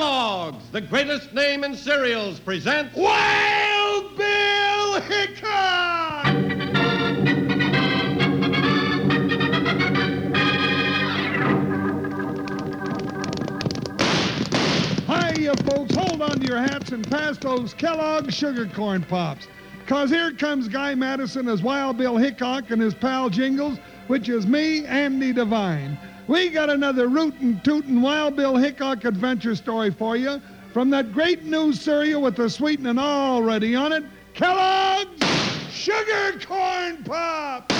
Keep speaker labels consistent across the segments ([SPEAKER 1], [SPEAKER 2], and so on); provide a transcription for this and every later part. [SPEAKER 1] Kellogg's, the greatest name in cereals, presents
[SPEAKER 2] Wild Bill Hickok! Hiya, folks. Hold on to your hats and pass those Kellogg sugar corn pops. Because here comes Guy Madison as Wild Bill Hickok and his pal Jingles, which is me, Andy Devine. We got another rootin' tootin' Wild Bill Hickok adventure story for you from that great new cereal with the sweetening already on it, Kellogg's Sugar Corn Pops.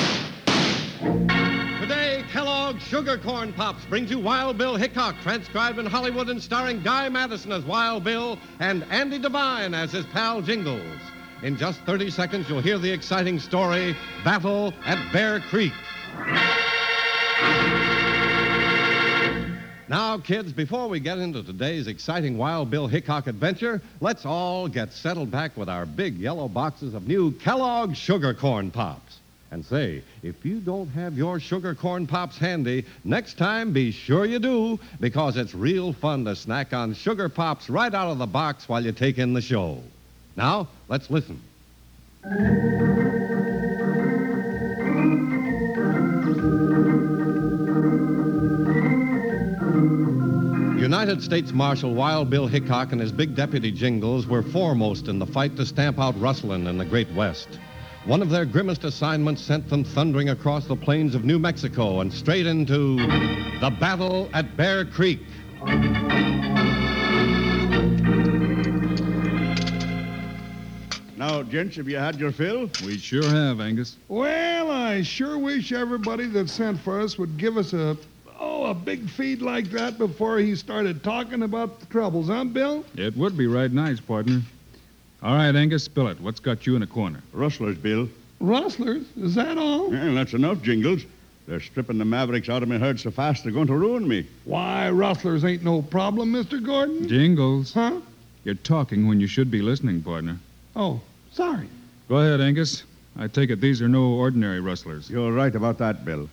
[SPEAKER 1] Today, Kellogg's Sugar Corn Pops brings you Wild Bill Hickok, transcribed in Hollywood and starring Guy Madison as Wild Bill and Andy Devine as his pal Jingles. In just 30 seconds, you'll hear the exciting story Battle at Bear Creek. Now, kids, before we get into today's exciting Wild Bill Hickok adventure, let's all get settled back with our big yellow boxes of new Kellogg's Sugar Corn Pops. And say, if you don't have your sugar corn pops handy, next time be sure you do, because it's real fun to snack on sugar pops right out of the box while you take in the show. Now, let's listen. United States Marshal Wild Bill Hickok and his big deputy Jingles were foremost in the fight to stamp out rustling in the Great West. One of their grimmest assignments sent them thundering across the plains of New Mexico and straight into the battle at Bear Creek.
[SPEAKER 3] Now, gents, have you had your fill?
[SPEAKER 4] We sure have, Angus.
[SPEAKER 2] Well, I sure wish everybody that sent for us would give us a oh a big feed like that before he started talking about the troubles, huh, Bill?
[SPEAKER 4] It would be right nice, partner. All right, Angus, spill it. What's got you in a corner?
[SPEAKER 3] Rustlers, Bill.
[SPEAKER 2] Rustlers, is that all?
[SPEAKER 3] Well, that's enough, Jingles. They're stripping the Mavericks out of my herd so fast they're going to ruin me.
[SPEAKER 2] Why, rustlers ain't no problem, Mr. Gordon.
[SPEAKER 4] Jingles.
[SPEAKER 2] Huh?
[SPEAKER 4] You're talking when you should be listening, partner.
[SPEAKER 2] Oh, sorry.
[SPEAKER 4] Go ahead, Angus. I take it these are no ordinary rustlers.
[SPEAKER 3] You're right about that, Bill.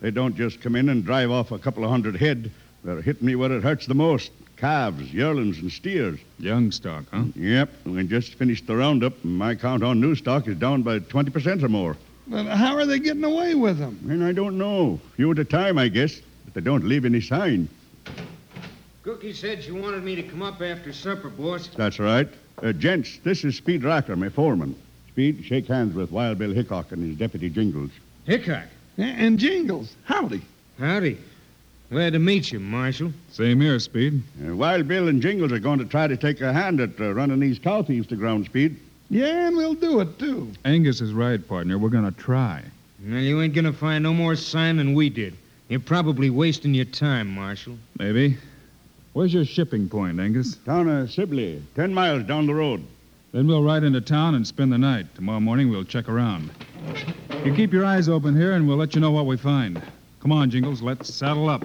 [SPEAKER 3] They don't just come in and drive off a couple of hundred head. They're hitting me where it hurts the most calves, yearlings, and steers.
[SPEAKER 4] Young stock, huh?
[SPEAKER 3] Yep, we just finished the roundup, and my count on new stock is down by 20% or more.
[SPEAKER 2] Then how are they getting away with them?
[SPEAKER 3] And I don't know. Few at a time, I guess, but they don't leave any sign.
[SPEAKER 5] Cookie said she wanted me to come up after supper, boss.
[SPEAKER 3] That's right. Uh, gents, this is Speed Racker, my foreman. Speed, shake hands with Wild Bill Hickok and his deputy Jingles.
[SPEAKER 5] Hickok.
[SPEAKER 2] A- And Jingles, howdy.
[SPEAKER 5] Howdy. Glad to meet you, Marshal.
[SPEAKER 4] Same here, Speed.
[SPEAKER 3] Uh, Wild Bill and Jingles are going to try to take a hand at uh, running these cow thieves to ground speed.
[SPEAKER 2] Yeah, and we'll do it too.
[SPEAKER 4] Angus is right, partner. We're going to try.
[SPEAKER 5] Well, you ain't gonna find no more sign than we did. You're probably wasting your time, Marshal.
[SPEAKER 4] Maybe. Where's your shipping point, Angus?
[SPEAKER 3] Down uh, Sibley, 10 miles down the road.
[SPEAKER 4] Then we'll ride into town and spend the night. Tomorrow morning, we'll check around. You keep your eyes open here, and we'll let you know what we find. Come on, Jingles, let's saddle up.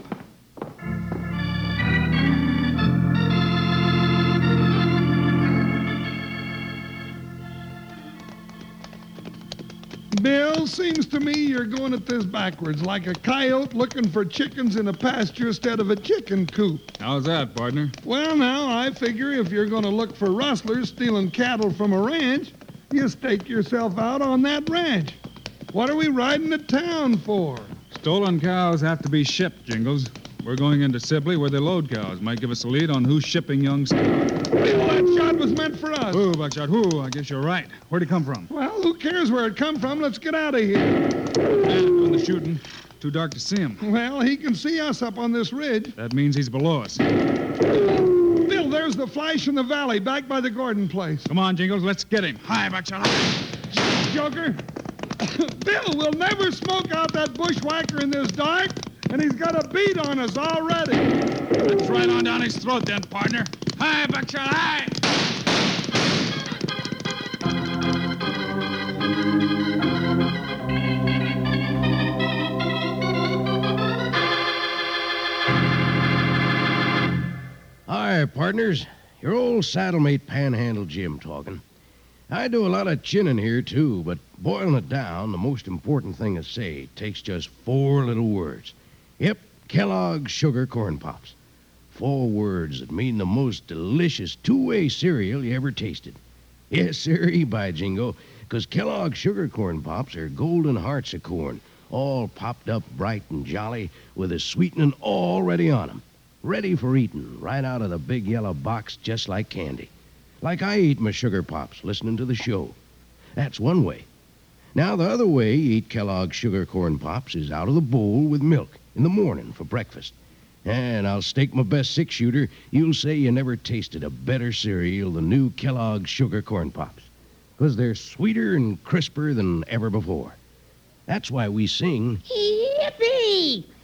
[SPEAKER 2] Bill, seems to me you're going at this backwards, like a coyote looking for chickens in a pasture instead of a chicken coop.
[SPEAKER 4] How's that, partner?
[SPEAKER 2] Well, now, I figure if you're going to look for rustlers stealing cattle from a ranch, you stake yourself out on that ranch. What are we riding to town for?
[SPEAKER 4] Stolen cows have to be shipped, Jingles. We're going into Sibley where they load cows. Might give us a lead on who's shipping young stock.
[SPEAKER 2] Bill, that shot was meant for us.
[SPEAKER 4] Who, Buckshot? Who? I guess you're right. Where'd he come from?
[SPEAKER 2] Well, who cares where it come from? Let's get out of here.
[SPEAKER 4] Doing the shooting. Too dark to see him.
[SPEAKER 2] Well, he can see us up on this ridge.
[SPEAKER 4] That means he's below us.
[SPEAKER 2] Bill, there's the flash in the valley, back by the Gordon place.
[SPEAKER 4] Come on, Jingles, let's get him. Hi, Buckshot.
[SPEAKER 2] Joker. Bill, we'll never smoke out that bushwhacker in this dark, and he's got a beat on us already.
[SPEAKER 4] Let's right on down his throat then, partner. Hi, Buckshot. Hi.
[SPEAKER 6] Hi, partners. Your old saddlemate Panhandle Jim talking. I do a lot of chinning here, too, but boiling it down, the most important thing to say takes just four little words. Yep, Kellogg's Sugar Corn Pops. four words that mean the most delicious two way cereal you ever tasted. Yes, sirree, by jingo, 'cause Kellogg's sugar corn pops are golden hearts of corn, all popped up bright and jolly with a sweetening already on 'em, Ready for eating, right out of the big yellow box, just like candy. Like I eat my sugar pops listening to the show. That's one way. Now, the other way you eat Kellogg's sugar corn pops is out of the bowl with milk in the morning for breakfast. And I'll stake my best six shooter, you'll say you never tasted a better cereal than new Kellogg's sugar corn pops. Because they're sweeter and crisper than ever before. That's why we sing,
[SPEAKER 7] Yippee!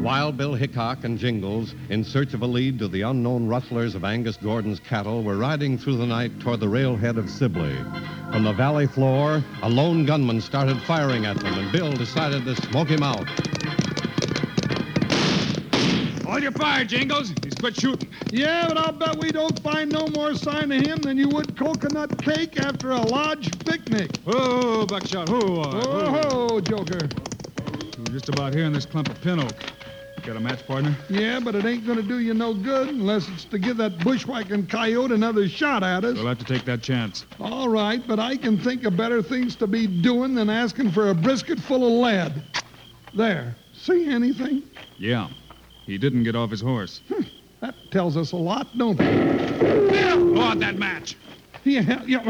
[SPEAKER 1] Wild Bill Hickok and Jingles, in search of a lead to the unknown rustlers of Angus Gordon's cattle, were riding through the night toward the railhead of Sibley. From the valley floor, a lone gunman started firing at them, and Bill decided to smoke him out.
[SPEAKER 4] Hold your fire, Jingles. He's quit shooting.
[SPEAKER 2] Yeah, but I'll bet we don't find no more sign of him than you would coconut cake after a lodge picnic.
[SPEAKER 4] Oh, buckshot. Oh, uh, oh.
[SPEAKER 2] Oh, ho, Joker.
[SPEAKER 4] We were just about here in this clump of pin oak. Got a match, partner?
[SPEAKER 2] Yeah, but it ain't gonna do you no good unless it's to give that bushwhacking coyote another shot at us.
[SPEAKER 4] We'll have to take that chance.
[SPEAKER 2] All right, but I can think of better things to be doing than asking for a brisket full of lead. There. See anything?
[SPEAKER 4] Yeah. He didn't get off his horse.
[SPEAKER 2] That tells us a lot, don't it?
[SPEAKER 4] Blow out that match.
[SPEAKER 2] Yeah, yeah.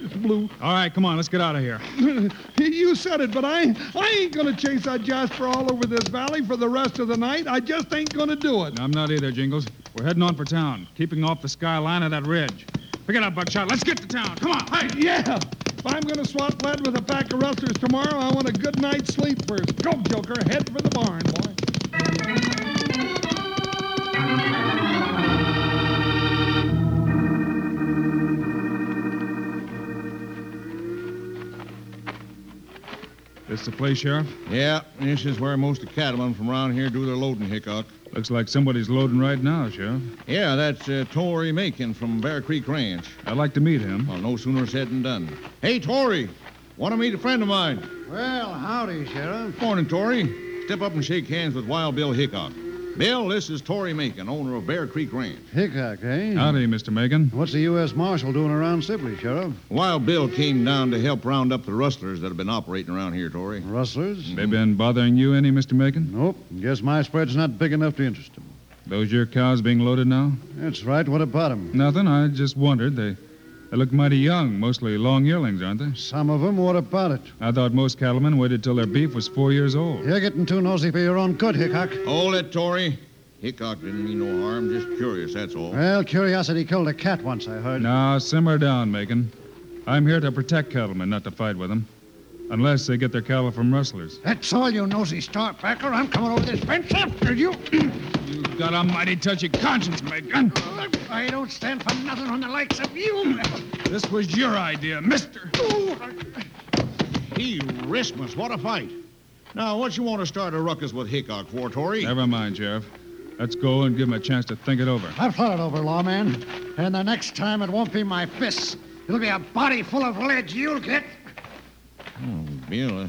[SPEAKER 2] It's blue.
[SPEAKER 4] All right, come on. Let's get out of here.
[SPEAKER 2] You said it, but I I ain't gonna chase that Jasper all over this valley for the rest of the night. I just ain't gonna do it.
[SPEAKER 4] No, I'm not either, Jingles. We're heading on for town, keeping off the skyline of that ridge. Pick it up, Buckshot. Let's get to town. Come on. Hey.
[SPEAKER 2] Yeah. If I'm gonna swap lead with a pack of rustlers tomorrow, I want a good night's sleep first. Go, Joker, head for the barn, boy.
[SPEAKER 4] This the place, Sheriff?
[SPEAKER 8] Yeah, this is where most of the cattlemen from around here do their loading, Hickok.
[SPEAKER 4] Looks like somebody's loading right now, Sheriff.
[SPEAKER 8] Yeah, that's uh, Tory Macon from Bear Creek Ranch.
[SPEAKER 4] I'd like to meet him.
[SPEAKER 8] Well, no sooner said than done. Hey, Tory, want to meet a friend of mine?
[SPEAKER 9] Well, howdy, Sheriff.
[SPEAKER 8] Morning, Tory. Step up and shake hands with Wild Bill Hickok. Bill, this is Tory Macon, owner of Bear Creek Ranch.
[SPEAKER 9] Hickok, eh?
[SPEAKER 4] Howdy, Mr. Megan.
[SPEAKER 9] What's the U.S. Marshal doing around Sibley, Sheriff?
[SPEAKER 8] Wild Bill came down to help round up the rustlers that have been operating around here, Tory.
[SPEAKER 9] Rustlers?
[SPEAKER 4] They been bothering you any, Mr. Megan?
[SPEAKER 9] Nope. Guess my spread's not big enough to interest them.
[SPEAKER 4] Those your cows being loaded now?
[SPEAKER 9] That's right. What about them?
[SPEAKER 4] Nothing. I just wondered. They, they look mighty young, mostly long yearlings, aren't they?
[SPEAKER 9] Some of them. What about it?
[SPEAKER 4] I thought most cattlemen waited till their beef was four years old.
[SPEAKER 9] You're getting too nosy for your own good, Hickok.
[SPEAKER 8] Hold it, Tory. Hickok didn't mean no harm, just curious, that's all.
[SPEAKER 9] Well, curiosity killed a cat once, I heard.
[SPEAKER 4] Now, simmer down, Megan. I'm here to protect cattlemen, not to fight with them. Unless they get their cattle from rustlers.
[SPEAKER 9] That's all, you nosy starpacker. I'm coming over this fence after you.
[SPEAKER 4] You've got a mighty touchy conscience, Megan.
[SPEAKER 9] I don't stand for nothing on the likes of you.
[SPEAKER 4] This was your
[SPEAKER 8] Uh,
[SPEAKER 4] idea, mister.
[SPEAKER 8] Gee, Christmas, what a fight. Now, what you want to start a ruckus with Hickok for, Tory?
[SPEAKER 4] Never mind, Sheriff. Let's go and give him a chance to think it over.
[SPEAKER 9] I've thought it over, lawman. And the next time it won't be my fists. It'll be a body full of lead you'll get.
[SPEAKER 8] Oh, Bill, uh,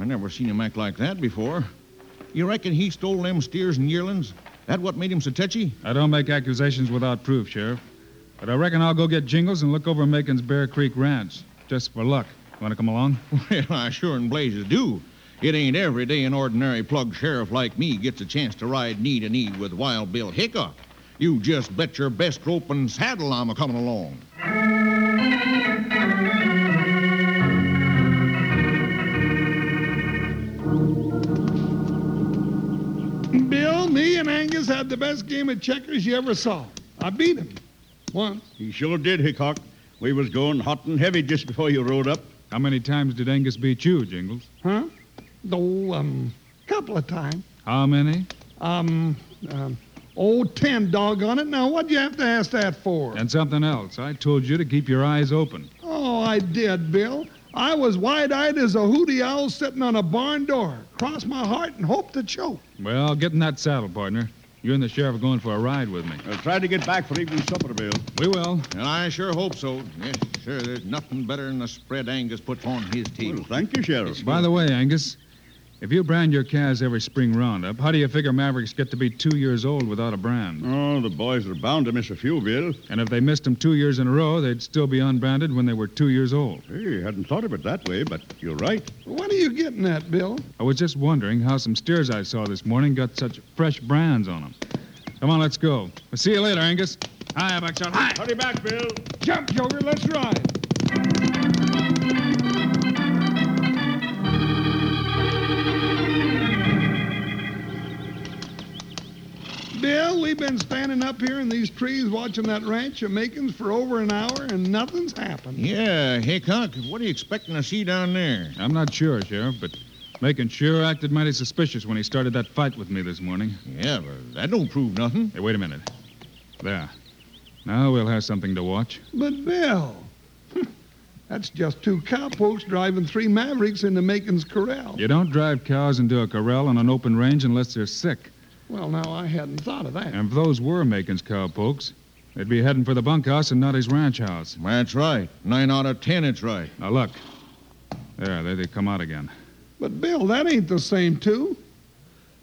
[SPEAKER 8] I never seen him act like that before. You reckon he stole them steers and yearlings? That what made him so touchy?
[SPEAKER 4] I don't make accusations without proof, Sheriff. But I reckon I'll go get Jingles and look over Megan's Bear Creek Ranch, just for luck. Want to come along?
[SPEAKER 8] Well, I sure in blazes do. It ain't every day an ordinary plug sheriff like me gets a chance to ride knee to knee with Wild Bill Hickok. You just bet your best rope and saddle I'm a coming along.
[SPEAKER 2] Bill, me and Angus had the best game of checkers you ever saw. I beat him. Once.
[SPEAKER 3] He sure did, Hickok. We was going hot and heavy just before you rode up.
[SPEAKER 4] How many times did Angus beat you, Jingles?
[SPEAKER 2] Huh? Oh, um, couple of times.
[SPEAKER 4] How many?
[SPEAKER 2] Um, um, oh, ten doggone it. Now, what'd you have to ask that for?
[SPEAKER 4] And something else. I told you to keep your eyes open.
[SPEAKER 2] Oh, I did, Bill. I was wide eyed as a hooty owl sitting on a barn door. Crossed my heart and hoped to choke.
[SPEAKER 4] Well, get in that saddle, partner. You and the sheriff are going for a ride with me.
[SPEAKER 3] I'll try to get back for evening supper, Bill.
[SPEAKER 4] We will.
[SPEAKER 8] And I sure hope so. Yes, sure. There's nothing better than the spread Angus puts on his table.
[SPEAKER 3] Thank you, Sheriff.
[SPEAKER 4] By the way, Angus, if you brand your calves every spring roundup, how do you figure Mavericks get to be two years old without a brand?
[SPEAKER 3] Oh, the boys are bound to miss a few, Bill.
[SPEAKER 4] And if they missed them two years in a row, they'd still be unbranded when they were two years old.
[SPEAKER 3] Hey, hadn't thought of it that way, but you're right.
[SPEAKER 2] What are you getting at, Bill?
[SPEAKER 4] I was just wondering how some steers I saw this morning got such fresh brands on them. Come on, let's go. We'll see you later, Angus. Hi, Buckshot. Hi.
[SPEAKER 3] Hurry back, Bill.
[SPEAKER 2] Jump, Joker. Let's ride. Bill, we've been standing up here in these trees watching that ranch of Macon's for over an hour, and nothing's happened.
[SPEAKER 8] Yeah, Hickok, Uh, what are you expecting to see down there?
[SPEAKER 4] I'm not sure, Sheriff, but Macon sure acted mighty suspicious when he started that fight with me this morning.
[SPEAKER 8] Yeah, but that don't prove nothing.
[SPEAKER 4] Hey, wait a minute. There. Now we'll have something to watch.
[SPEAKER 2] But, Bill, that's just two cowpokes driving three Mavericks into Macon's corral.
[SPEAKER 4] You don't drive cows into a corral on an open range unless they're sick.
[SPEAKER 2] Well, now, I hadn't thought of that.
[SPEAKER 4] And if those were Macon's cowpokes, they'd be heading for the bunkhouse and not his ranch house.
[SPEAKER 8] That's right. Nine out of ten, it's right.
[SPEAKER 4] Now look. There, there they come out again.
[SPEAKER 2] But, Bill, that ain't the same two.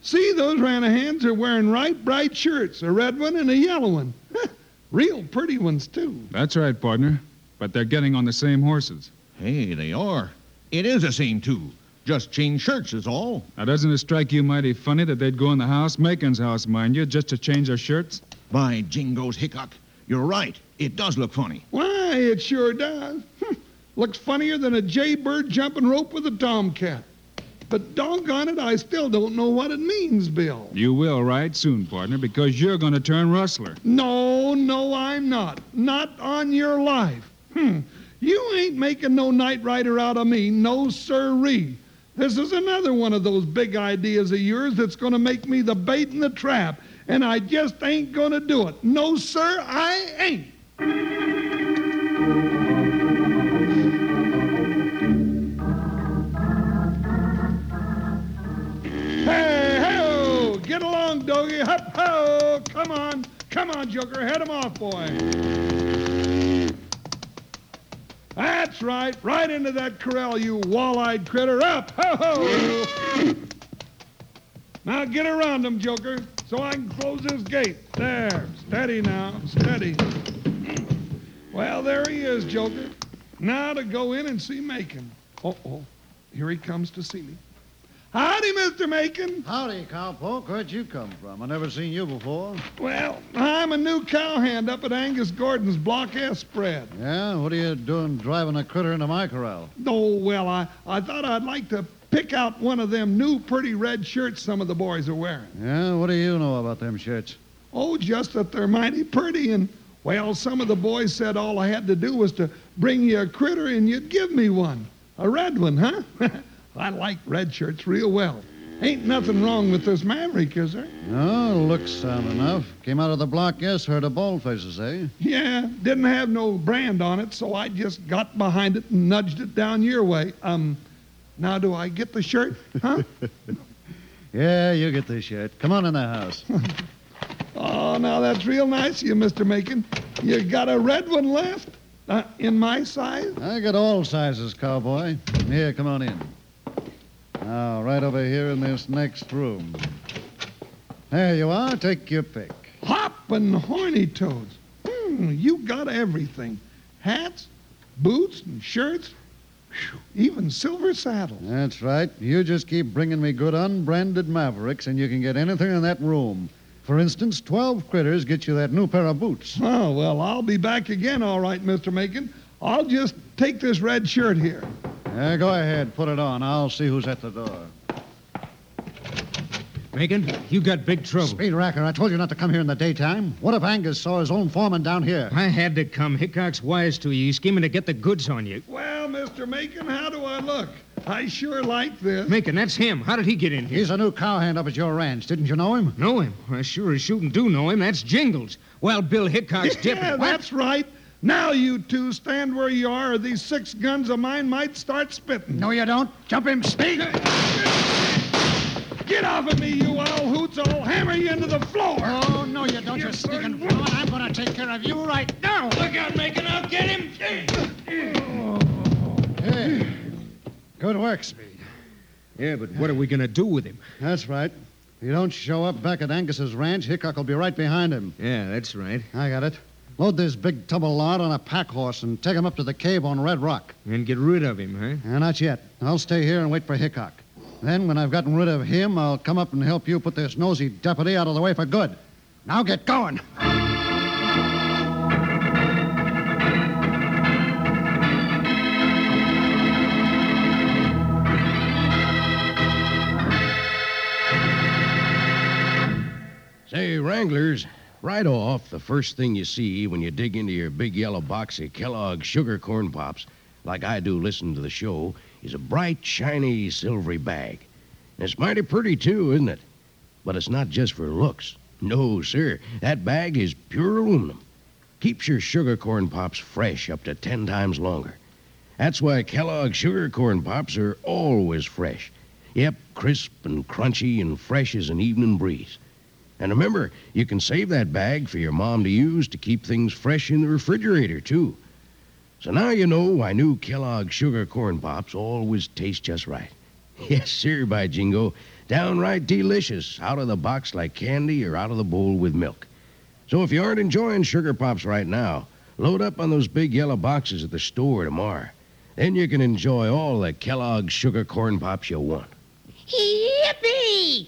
[SPEAKER 2] See, those Ranahans are wearing right bright shirts, a red one and a yellow one. Real pretty ones, too.
[SPEAKER 4] That's right, partner. But they're getting on the same horses.
[SPEAKER 8] Hey, they are. It is the same two. Just change shirts is all.
[SPEAKER 4] Now, doesn't it strike you mighty funny that they'd go in the house, Macon's house, mind you, just to change their shirts?
[SPEAKER 8] By jingoes, Hickok, you're right. It does look funny.
[SPEAKER 2] Why, it sure does. Hmm. Looks funnier than a jaybird jumping rope with a tomcat. But doggone it, I still don't know what it means, Bill.
[SPEAKER 4] You will right soon, partner, because you're going to turn rustler.
[SPEAKER 2] No, no, I'm not. Not on your life. Hmm. You ain't making no night rider out of me, no sirree. This is another one of those big ideas of yours that's going to make me the bait and the trap, and I just ain't going to do it. No, sir, I ain't. Hey, hey, get along, doggy. Hup, ho! Come on, come on, Joker. Head him off, boy. That's right, right into that corral, you wall-eyed critter. Up, ho, ho! Now get around him, Joker, so I can close this gate. There, steady now, steady. Well, there he is, Joker. Now to go in and see Macon. Uh-oh, here he comes to see me. Howdy, Mr. Macon.
[SPEAKER 9] Howdy, cowpoke. Where'd you come from? I never seen you before.
[SPEAKER 2] Well, I'm a new cowhand up at Angus Gordon's Block S spread.
[SPEAKER 9] Yeah? What are you doing driving a critter into my corral?
[SPEAKER 2] Oh, well, I, I thought I'd like to pick out one of them new pretty red shirts some of the boys are wearing.
[SPEAKER 9] Yeah? What do you know about them shirts?
[SPEAKER 2] Oh, just that they're mighty pretty and, well, some of the boys said all I had to do was to bring you a critter and you'd give me one. A red one, huh? I like red shirts real well. Ain't nothing wrong with this Maverick, is there?
[SPEAKER 9] No, looks sound enough. Came out of the block, yes, heard of bald faces, eh?
[SPEAKER 2] Yeah, didn't have no brand on it, so I just got behind it and nudged it down your way. Um, now do I get the shirt, huh?
[SPEAKER 9] yeah, you get the shirt. Come on in the house.
[SPEAKER 2] oh, now that's real nice of you, Mr. Macon. You got a red one left? Uh, in my size?
[SPEAKER 9] I got all sizes, cowboy. Here, come on in. Now, right over here in this next room. There you are. Take your pick.
[SPEAKER 2] Hoppin' horny toads. Hmm, you got everything. Hats, boots, and shirts. Phew, Even silver saddles.
[SPEAKER 9] That's right. You just keep bringing me good unbranded Mavericks, and you can get anything in that room. For instance, 12 critters get you that new pair of boots.
[SPEAKER 2] Oh, well, I'll be back again, all right, Mr. Macon. I'll just take this red shirt here.
[SPEAKER 9] Yeah, go ahead. Put it on. I'll see who's at the door.
[SPEAKER 5] Megan, you got big trouble.
[SPEAKER 9] Speed Racker, I told you not to come here in the daytime. What if Angus saw his own foreman down here?
[SPEAKER 5] I had to come. Hickok's wise to you. He's scheming to get the goods on you.
[SPEAKER 2] Well, Mr. Macon, how do I look? I sure like this.
[SPEAKER 5] Macon, that's him. How did he get in here?
[SPEAKER 9] He's a new cowhand up at your ranch. Didn't you know him?
[SPEAKER 5] Know him? I sure as shooting do know him. That's Jingles. Well, Bill Hickok's
[SPEAKER 2] yeah,
[SPEAKER 5] deputy.
[SPEAKER 2] that's right. Now you two stand where you are, or these six guns of mine might start spitting.
[SPEAKER 9] No, you don't. Jump him, Speed.
[SPEAKER 2] Get off of me, you owl hoots! I'll hammer you into the floor.
[SPEAKER 9] Oh no, you don't. You, sneaking villain. I'm going to take care of you right now.
[SPEAKER 5] Look out, Macon. I'll get him.
[SPEAKER 9] Hey, good work, Speed.
[SPEAKER 5] Yeah, but what are we going to do with him?
[SPEAKER 9] That's right. If you don't show up back at Angus's ranch, Hickok will be right behind him.
[SPEAKER 5] Yeah, that's right.
[SPEAKER 9] I got it. Load this big tub of lard on a pack horse and take him up to the cave on Red Rock.
[SPEAKER 5] And get rid of him, huh?
[SPEAKER 9] Yeah, not yet. I'll stay here and wait for Hickok. Then, when I've gotten rid of him, I'll come up and help you put this nosy deputy out of the way for good. Now get going.
[SPEAKER 6] Say, Wranglers, right off, the first thing you see when you dig into your big yellow box of Kellogg's sugar corn pops, like I do listening to the show, is a bright, shiny, silvery bag. And it's mighty pretty, too, isn't it? But it's not just for looks. No, sir. That bag is pure aluminum. Keeps your sugar corn pops fresh up to ten times longer. That's why Kellogg's sugar corn pops are always fresh. Yep, crisp and crunchy and fresh as an evening breeze. And remember, you can save that bag for your mom to use to keep things fresh in the refrigerator, too. So now you know why new Kellogg sugar corn pops always taste just right. Yes, sir, by jingo. Downright delicious, out of the box like candy or out of the bowl with milk. So if you aren't enjoying sugar pops right now, load up on those big yellow boxes at the store tomorrow. Then you can enjoy all the Kellogg sugar corn pops you want.
[SPEAKER 7] Yippee!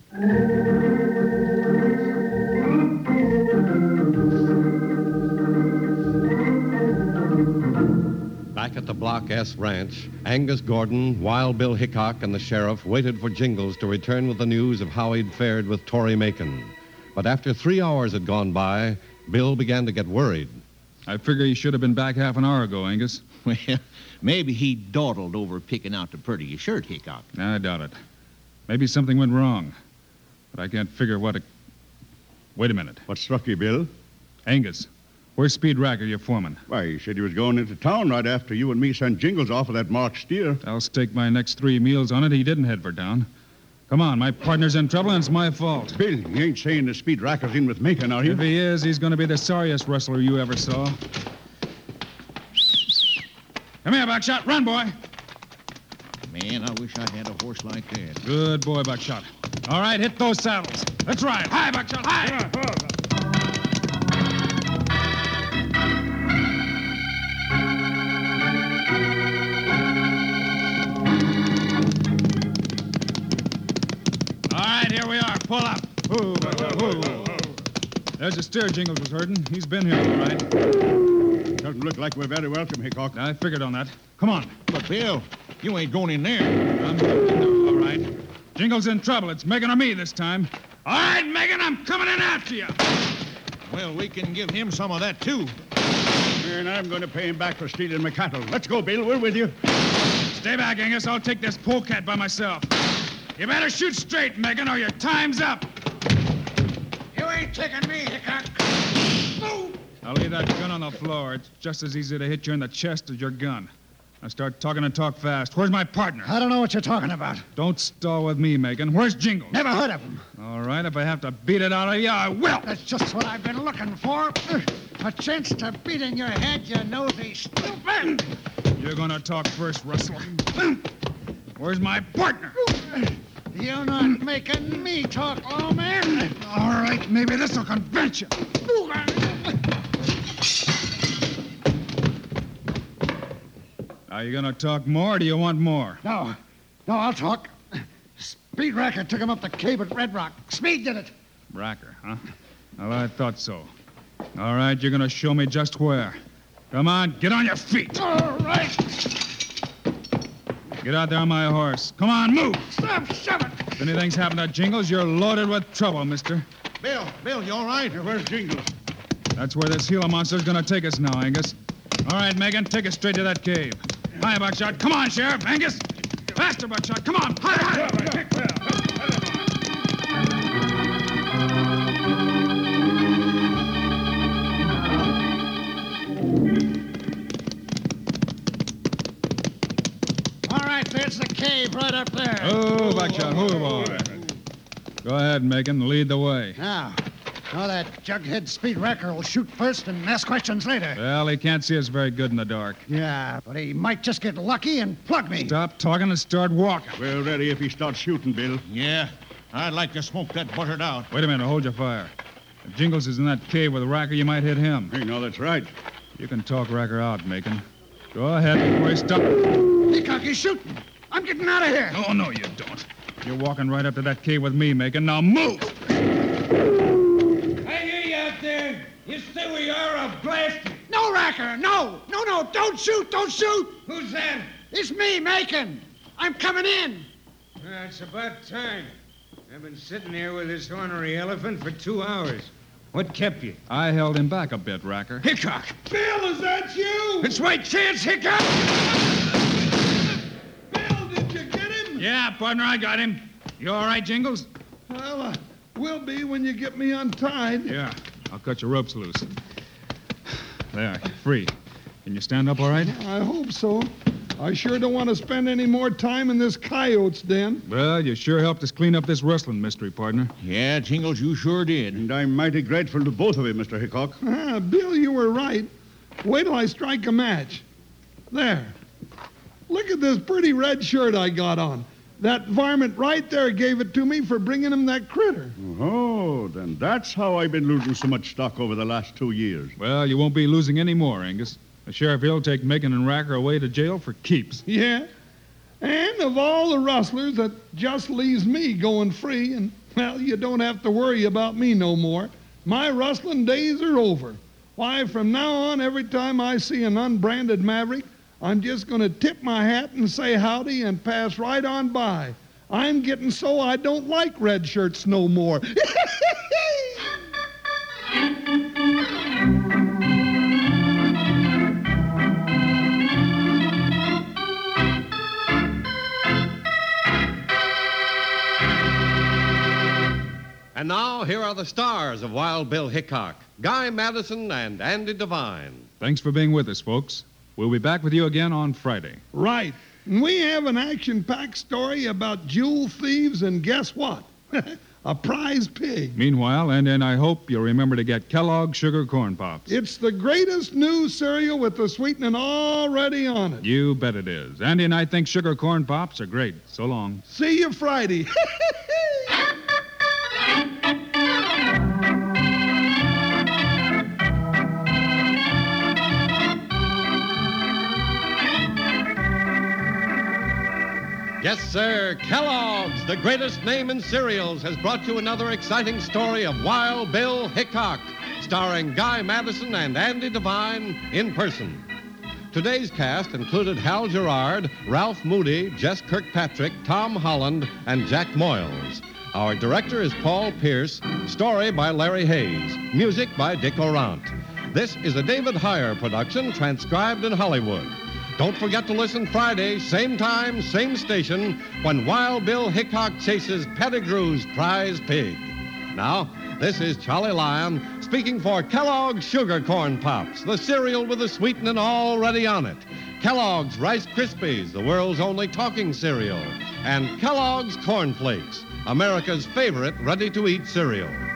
[SPEAKER 1] Back at the Block S Ranch, Angus Gordon, Wild Bill Hickok, and the sheriff waited for Jingles to return with the news of how he'd fared with Tory Macon. But after three hours had gone by, Bill began to get worried.
[SPEAKER 4] I figure he should have been back half an hour ago, Angus.
[SPEAKER 8] Well, maybe he dawdled over picking out the prettiest shirt, Hickok.
[SPEAKER 4] I doubt it. Maybe something went wrong. But I can't figure what. It... Wait a minute.
[SPEAKER 3] What struck you, Bill?
[SPEAKER 4] Angus, where's Speed Racker, your foreman?
[SPEAKER 3] Why, he said he was going into town right after you and me sent Jingles off of that marked steer.
[SPEAKER 4] I'll stake my next three meals on it. He didn't head for town. Come on, my partner's in trouble, and it's my fault.
[SPEAKER 3] Bill, you ain't saying the Speed Racker's in with Macon, are you?
[SPEAKER 4] If he is, he's going to be the sorriest wrestler you ever saw. Come here, Buckshot. Run, boy.
[SPEAKER 8] Man, I wish I had a horse like that.
[SPEAKER 4] Good boy, Buckshot. All right, hit those saddles. Let's ride. High, Buckshot, high. All right, here we are. Pull up. Whoa, whoa, whoa. There's a steer Jingles was herding. He's been here all right.
[SPEAKER 3] Doesn't look like we're very welcome, Hickok.
[SPEAKER 4] I figured on that. Come on.
[SPEAKER 8] But, Bill, you ain't going in there.
[SPEAKER 4] I'm jumping now, Um, all right. Jingle's in trouble. It's Megan or me this time. All right, Megan, I'm coming in after you.
[SPEAKER 8] Well, we can give him some of that, too.
[SPEAKER 3] And I'm going to pay him back for stealing my cattle. Let's go, Bill. We're with you.
[SPEAKER 4] Stay back, Angus. I'll take this polecat by myself. You better shoot straight, Megan, or your time's up.
[SPEAKER 10] You ain't taking me, Hickok.
[SPEAKER 4] Now leave that gun on the floor. It's just as easy to hit you in the chest as your gun. Now start talking and talk fast. Where's my partner?
[SPEAKER 9] I don't know what you're talking about.
[SPEAKER 4] Don't stall with me, Megan. Where's Jingles?
[SPEAKER 9] Never heard of him.
[SPEAKER 4] All right, if I have to beat it out of you, I will.
[SPEAKER 10] That's just what I've been looking for. A chance to beat in your head, you nosy stupid.
[SPEAKER 4] You're gonna talk first, Russell. Where's my partner?
[SPEAKER 10] You're not making me talk, lawman. All right, maybe this'll convince you.
[SPEAKER 4] Are Ah, you going to talk more or do you want more?
[SPEAKER 10] No. No, I'll talk. Speed Racker took him up the cave at Red Rock. Speed did it.
[SPEAKER 4] Racker, huh? Well, I thought so. All right, you're going to show me just where. Come on, get on your feet.
[SPEAKER 10] All right.
[SPEAKER 4] Get out there on my horse. Come on, move.
[SPEAKER 10] Stop shoving.
[SPEAKER 4] If anything's happened to Jingles, you're loaded with trouble, mister.
[SPEAKER 8] Bill, Bill, you all right? Where's Jingles?
[SPEAKER 4] That's where this Gila monster's going to take us now, Angus. All right, Megan, take us straight to that cave. Hi, Buckshot. Come on, Sheriff. Angus. Faster, Buckshot. Come on. Hi, hi.
[SPEAKER 10] All right, there's the cave right up there.
[SPEAKER 3] Oh,
[SPEAKER 4] Move, Buckshot. Oh, Move on. Go ahead, Megan. Lead the way.
[SPEAKER 10] Now, now that jughead speed wrecker will shoot first and ask questions later.
[SPEAKER 4] Well, he can't see us very good in the dark.
[SPEAKER 10] Yeah, but he might just get lucky and plug me.
[SPEAKER 4] Stop talking and start walking.
[SPEAKER 3] We're ready if he starts shooting, Bill.
[SPEAKER 8] Yeah. I'd like to smoke that buttered out.
[SPEAKER 4] Wait a minute. Hold your fire. If Jingles is in that cave with Racker, you might hit him.
[SPEAKER 3] Hey, no, that's right.
[SPEAKER 4] You can talk Racker out, Macon. Go ahead before he stops.
[SPEAKER 10] Peacock, he's shooting. I'm getting out of here.
[SPEAKER 4] Oh, no, you don't. You're walking right up to that cave with me, Macon. Now move!
[SPEAKER 11] I hear you out there. You say we are a blast.
[SPEAKER 10] No, Racker, no. No, no, don't shoot, don't shoot.
[SPEAKER 11] Who's that?
[SPEAKER 10] It's me, Macon. I'm coming in.
[SPEAKER 5] Well, it's about time. I've been sitting here with this ornery elephant for two hours. What kept you?
[SPEAKER 4] I held him back a bit, Racker.
[SPEAKER 5] Hickok!
[SPEAKER 11] Bill, is that you?
[SPEAKER 5] It's White Chance Hickok!
[SPEAKER 11] Bill, did you get him?
[SPEAKER 4] Yeah, partner, I got him. You all right, Jingles?
[SPEAKER 2] Well, uh, will be when you get me untied.
[SPEAKER 4] Yeah. I'll cut your ropes loose. There, you're free. Can you stand up all right?
[SPEAKER 2] I hope so. I sure don't want to spend any more time in this coyote's den.
[SPEAKER 4] Well, you sure helped us clean up this rustling mystery, partner.
[SPEAKER 8] Yeah, Jingles, you sure did.
[SPEAKER 3] And I'm mighty grateful to both of you, Mr. Hickok.
[SPEAKER 2] Ah, Bill, you were right. Wait till I strike a match. There. Look at this pretty red shirt I got on. That varmint right there gave it to me for bringing him that critter.
[SPEAKER 3] Oh, then that's how I've been losing so much stock over the last two years.
[SPEAKER 4] Well, you won't be losing any more, Angus. The sheriff here will take Macon and Racker away to jail for keeps.
[SPEAKER 2] Yeah. And of all the rustlers, that just leaves me going free, and, well, you don't have to worry about me no more. My rustling days are over. Why, from now on, every time I see an unbranded maverick, I'm just going to tip my hat and say howdy and pass right on by. I'm getting so I don't like red shirts no more.
[SPEAKER 1] And now, here are the stars of Wild Bill Hickok Guy Madison and Andy Devine.
[SPEAKER 4] Thanks for being with us, folks. We'll be back with you again on Friday.
[SPEAKER 2] Right. And we have an action packed story about jewel thieves and guess what? a prize pig.
[SPEAKER 4] Meanwhile, and and I hope you'll remember to get Kellogg Sugar Corn Pops.
[SPEAKER 2] It's the greatest new cereal with the sweetening already on it.
[SPEAKER 4] You bet it is. Andy and I think sugar corn pops are great. So long.
[SPEAKER 2] See you Friday.
[SPEAKER 1] Yes, sir. Kellogg's, the greatest name in cereals, has brought you another exciting story of Wild Bill Hickok, starring Guy Madison and Andy Devine in person. Today's cast included Hal Gerard, Ralph Moody, Jess Kirkpatrick, Tom Holland, and Jack Moyles. Our director is Paul Pierce, story by Larry Hayes, music by Dick Orant. This is a David Heyer production transcribed in Hollywood. Don't forget to listen Friday, same time, same station, when Wild Bill Hickok chases Pettigrew's prize pig. Now, this is Charlie Lyon speaking for Kellogg's Sugar Corn Pops, the cereal with the sweetening already on it, Kellogg's Rice Krispies, the world's only talking cereal, and Kellogg's Corn Flakes, America's favorite ready to eat cereal.